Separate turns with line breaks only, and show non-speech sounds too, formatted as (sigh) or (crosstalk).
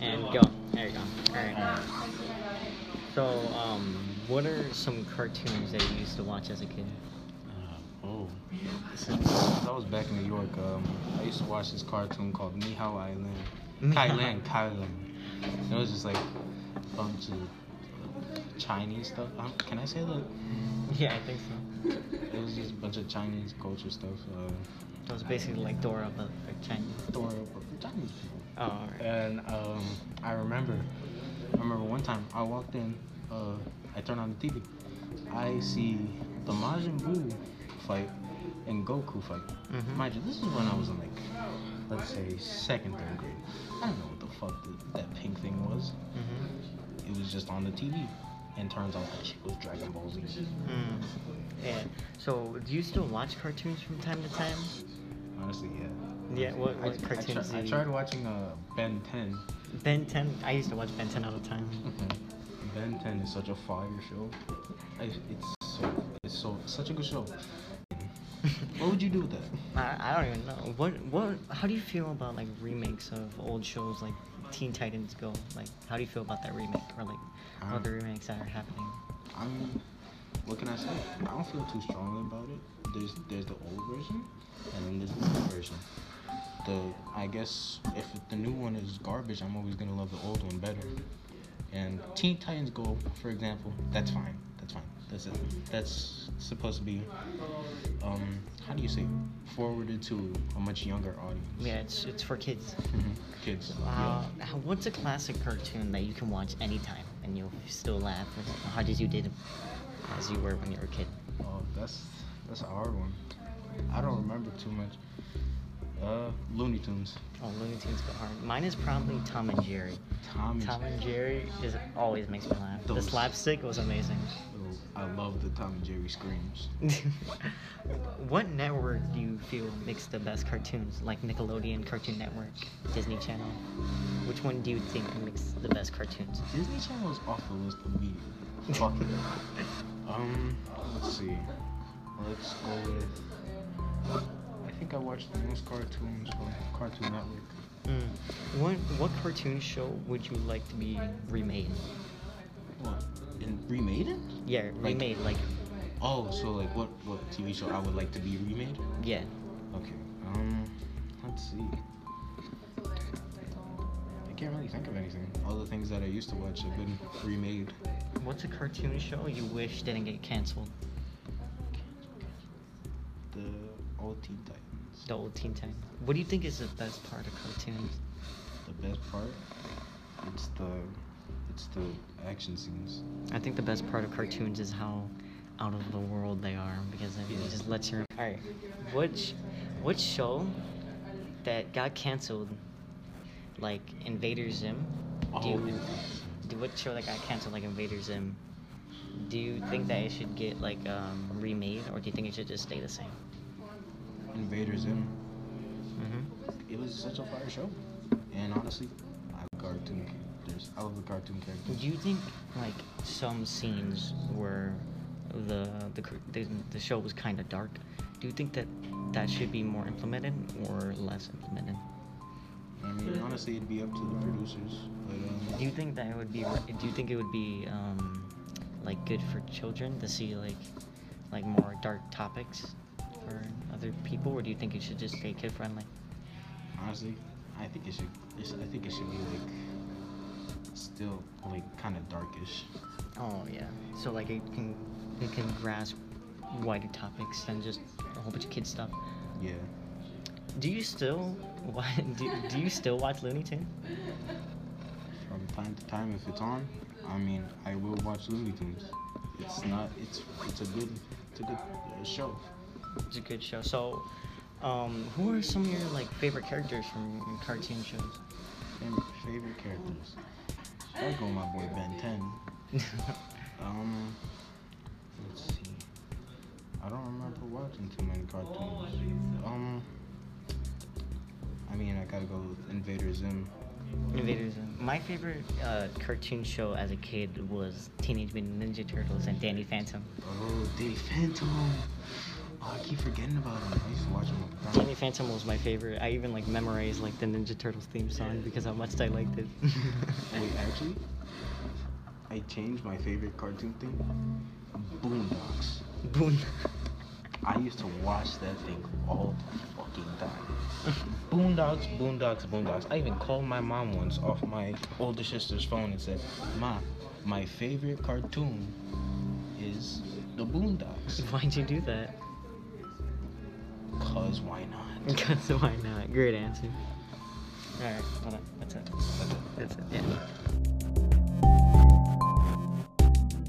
And go. There you go. Alright. So, um, what are some cartoons that you used to watch as a kid?
Oh. Since I was back in New York, um, I used to watch this cartoon called Nihao Island.
Nihao.
Thailand, Thailand. It was just like a bunch of Chinese stuff. Um, can I say that?
(laughs) Yeah, I think so.
It was just a bunch of Chinese culture stuff. Uh,
It was basically like Dora, but for Chinese.
Dora, but for Chinese people.
Oh, alright.
And um, I remember, I remember one time I walked in, uh, I turned on the TV, I see the Majin Buu fight and Goku fight.
Mhm.
Mind you, this is when I was in like, let's say second, third grade. I don't know what the fuck th- that pink thing was.
Mm-hmm.
It was just on the TV, and turns out that shit was Dragon Ball Z.
Mm. Yeah. So, do you still watch cartoons from time to time?
Honestly, yeah.
Yeah, what- what
I- I,
cartoons
tri-
do
I
you-
tried watching uh, Ben 10.
Ben 10. I used to watch Ben 10 all the time.
Mm-hmm. Ben 10 is such a fire show. I, it's so, it's so such a good show. What would you do with that?
Mm-hmm. (laughs) I, I don't even know. What what? How do you feel about like remakes of old shows like Teen Titans Go? Like, how do you feel about that remake or like all the
Um,
remakes that are happening?
I'm what can I say? I don't feel too strongly about it. There's there's the old version and then there's the new version. The I guess if the new one is garbage, I'm always gonna love the old one better. And Teen Titans Go, for example, that's fine. That's fine. That's it. That's supposed to be um how do you say forwarded to a much younger audience.
Yeah, it's it's for kids.
Mhm. (laughs) Kids.
Uh, how- what's a classic cartoon that you can watch anytime and you'll still laugh as hard as you did as you were when you were a kid?
Oh, that's that's a hard one. I don't remember too much. Uh, Looney Tunes.
Oh, Looney Tunes go hard. Mine is probably Tom and Jerry.
Tom.
Tom and Jerry is always makes me laugh. The
Those-
slapstick was amazing.
Oh, I love the Tom and Jerry screams.
(laughs) what network do you feel makes the best cartoons? Like Nickelodeon, Cartoon Network, Disney Channel? Which one do you think makes the best cartoons?
Disney Channel is off the list immediately. Fuck
(laughs)
it. (laughs) Um, let's see. Let's go with. I think I watched the most cartoons on Cartoon Network.
Mm. What, what cartoon show would you like to be remade?
What? And remade it?
Yeah, remade, like,
Oh, so like what what TV show I would like to be remade?
yeah.
Okay. Um, let's see. I can't really think of anything. All the things that I used to watch have been remade.
What's a cartoon show you wish didn't get canceled?
The old Teen Titans.
The old Teen Time. What do you think is the best part of cartoons?
The best part, it's the, it's the action scenes.
I think the best part of cartoons is how out of the world they are because it
Yeah.
just lets you. All right, which which show that got canceled, like Invader Zim? Do you, do what show that got canceled, like Invader Zim? Do you think that it should get like um, remade, or do you think it should just stay the same?
Invader Zim.
Mm-hmm.
It was such a fire show, and honestly, I love cartoon characters. I love the cartoon characters.
Do you think like some scenes where the the cr- the, the show was kind of dark? Do you think that that should be more implemented or less implemented?
I mean, honestly, it'd be up to the producers. But, um,
Do you think that it would be? Do you think it would be um, like good for children to see like like more dark topics for other people, or do you think it should just stay kid friendly?
Honestly, I think it should. It's, I think it should be like still like kind of darkish.
Oh yeah. So like it can it can grasp wider topics than just a whole bunch of kid stuff.
Yeah.
Do you still (laughs) wa- do, do you still watch Looney Tunes?
From time to time, if it's on, I mean, I will watch Looney Tunes. It's not. It's it's a good it's a good uh, show.
It's a good show. So, um, who are some of your like favorite characters from cartoon shows? (laughs)
And favorite characters. I go my boy Ben Ten. Um, let's see. I don't remember watching too many cartoons. Um, I mean, I gotta go with Invader Zim.
Invader Zim. My favorite uh, cartoon show as a kid was Teenage Mutant Ninja Turtles and Danny Phantom.
Oh, Danny Phantom. Oh, I keep forgetting about him. I used to watch him
Phantom was my favorite. I even like memorized like the Ninja Turtles theme song because how much I liked (laughs) it.
Wait, actually, I changed my favorite cartoon thing. Boondocks.
Boon. (laughs)
I used to watch that thing all the fucking time. (laughs) Boondocks, boondocks, boondocks. I even called my mom once off my older sister's phone and said, Ma, my favorite cartoon is the boondocks.
Why'd you do that? (laughs)
Cause why not? (laughs)
Because why not? Great answer. All right, hold on. That's it. That's it. Yeah.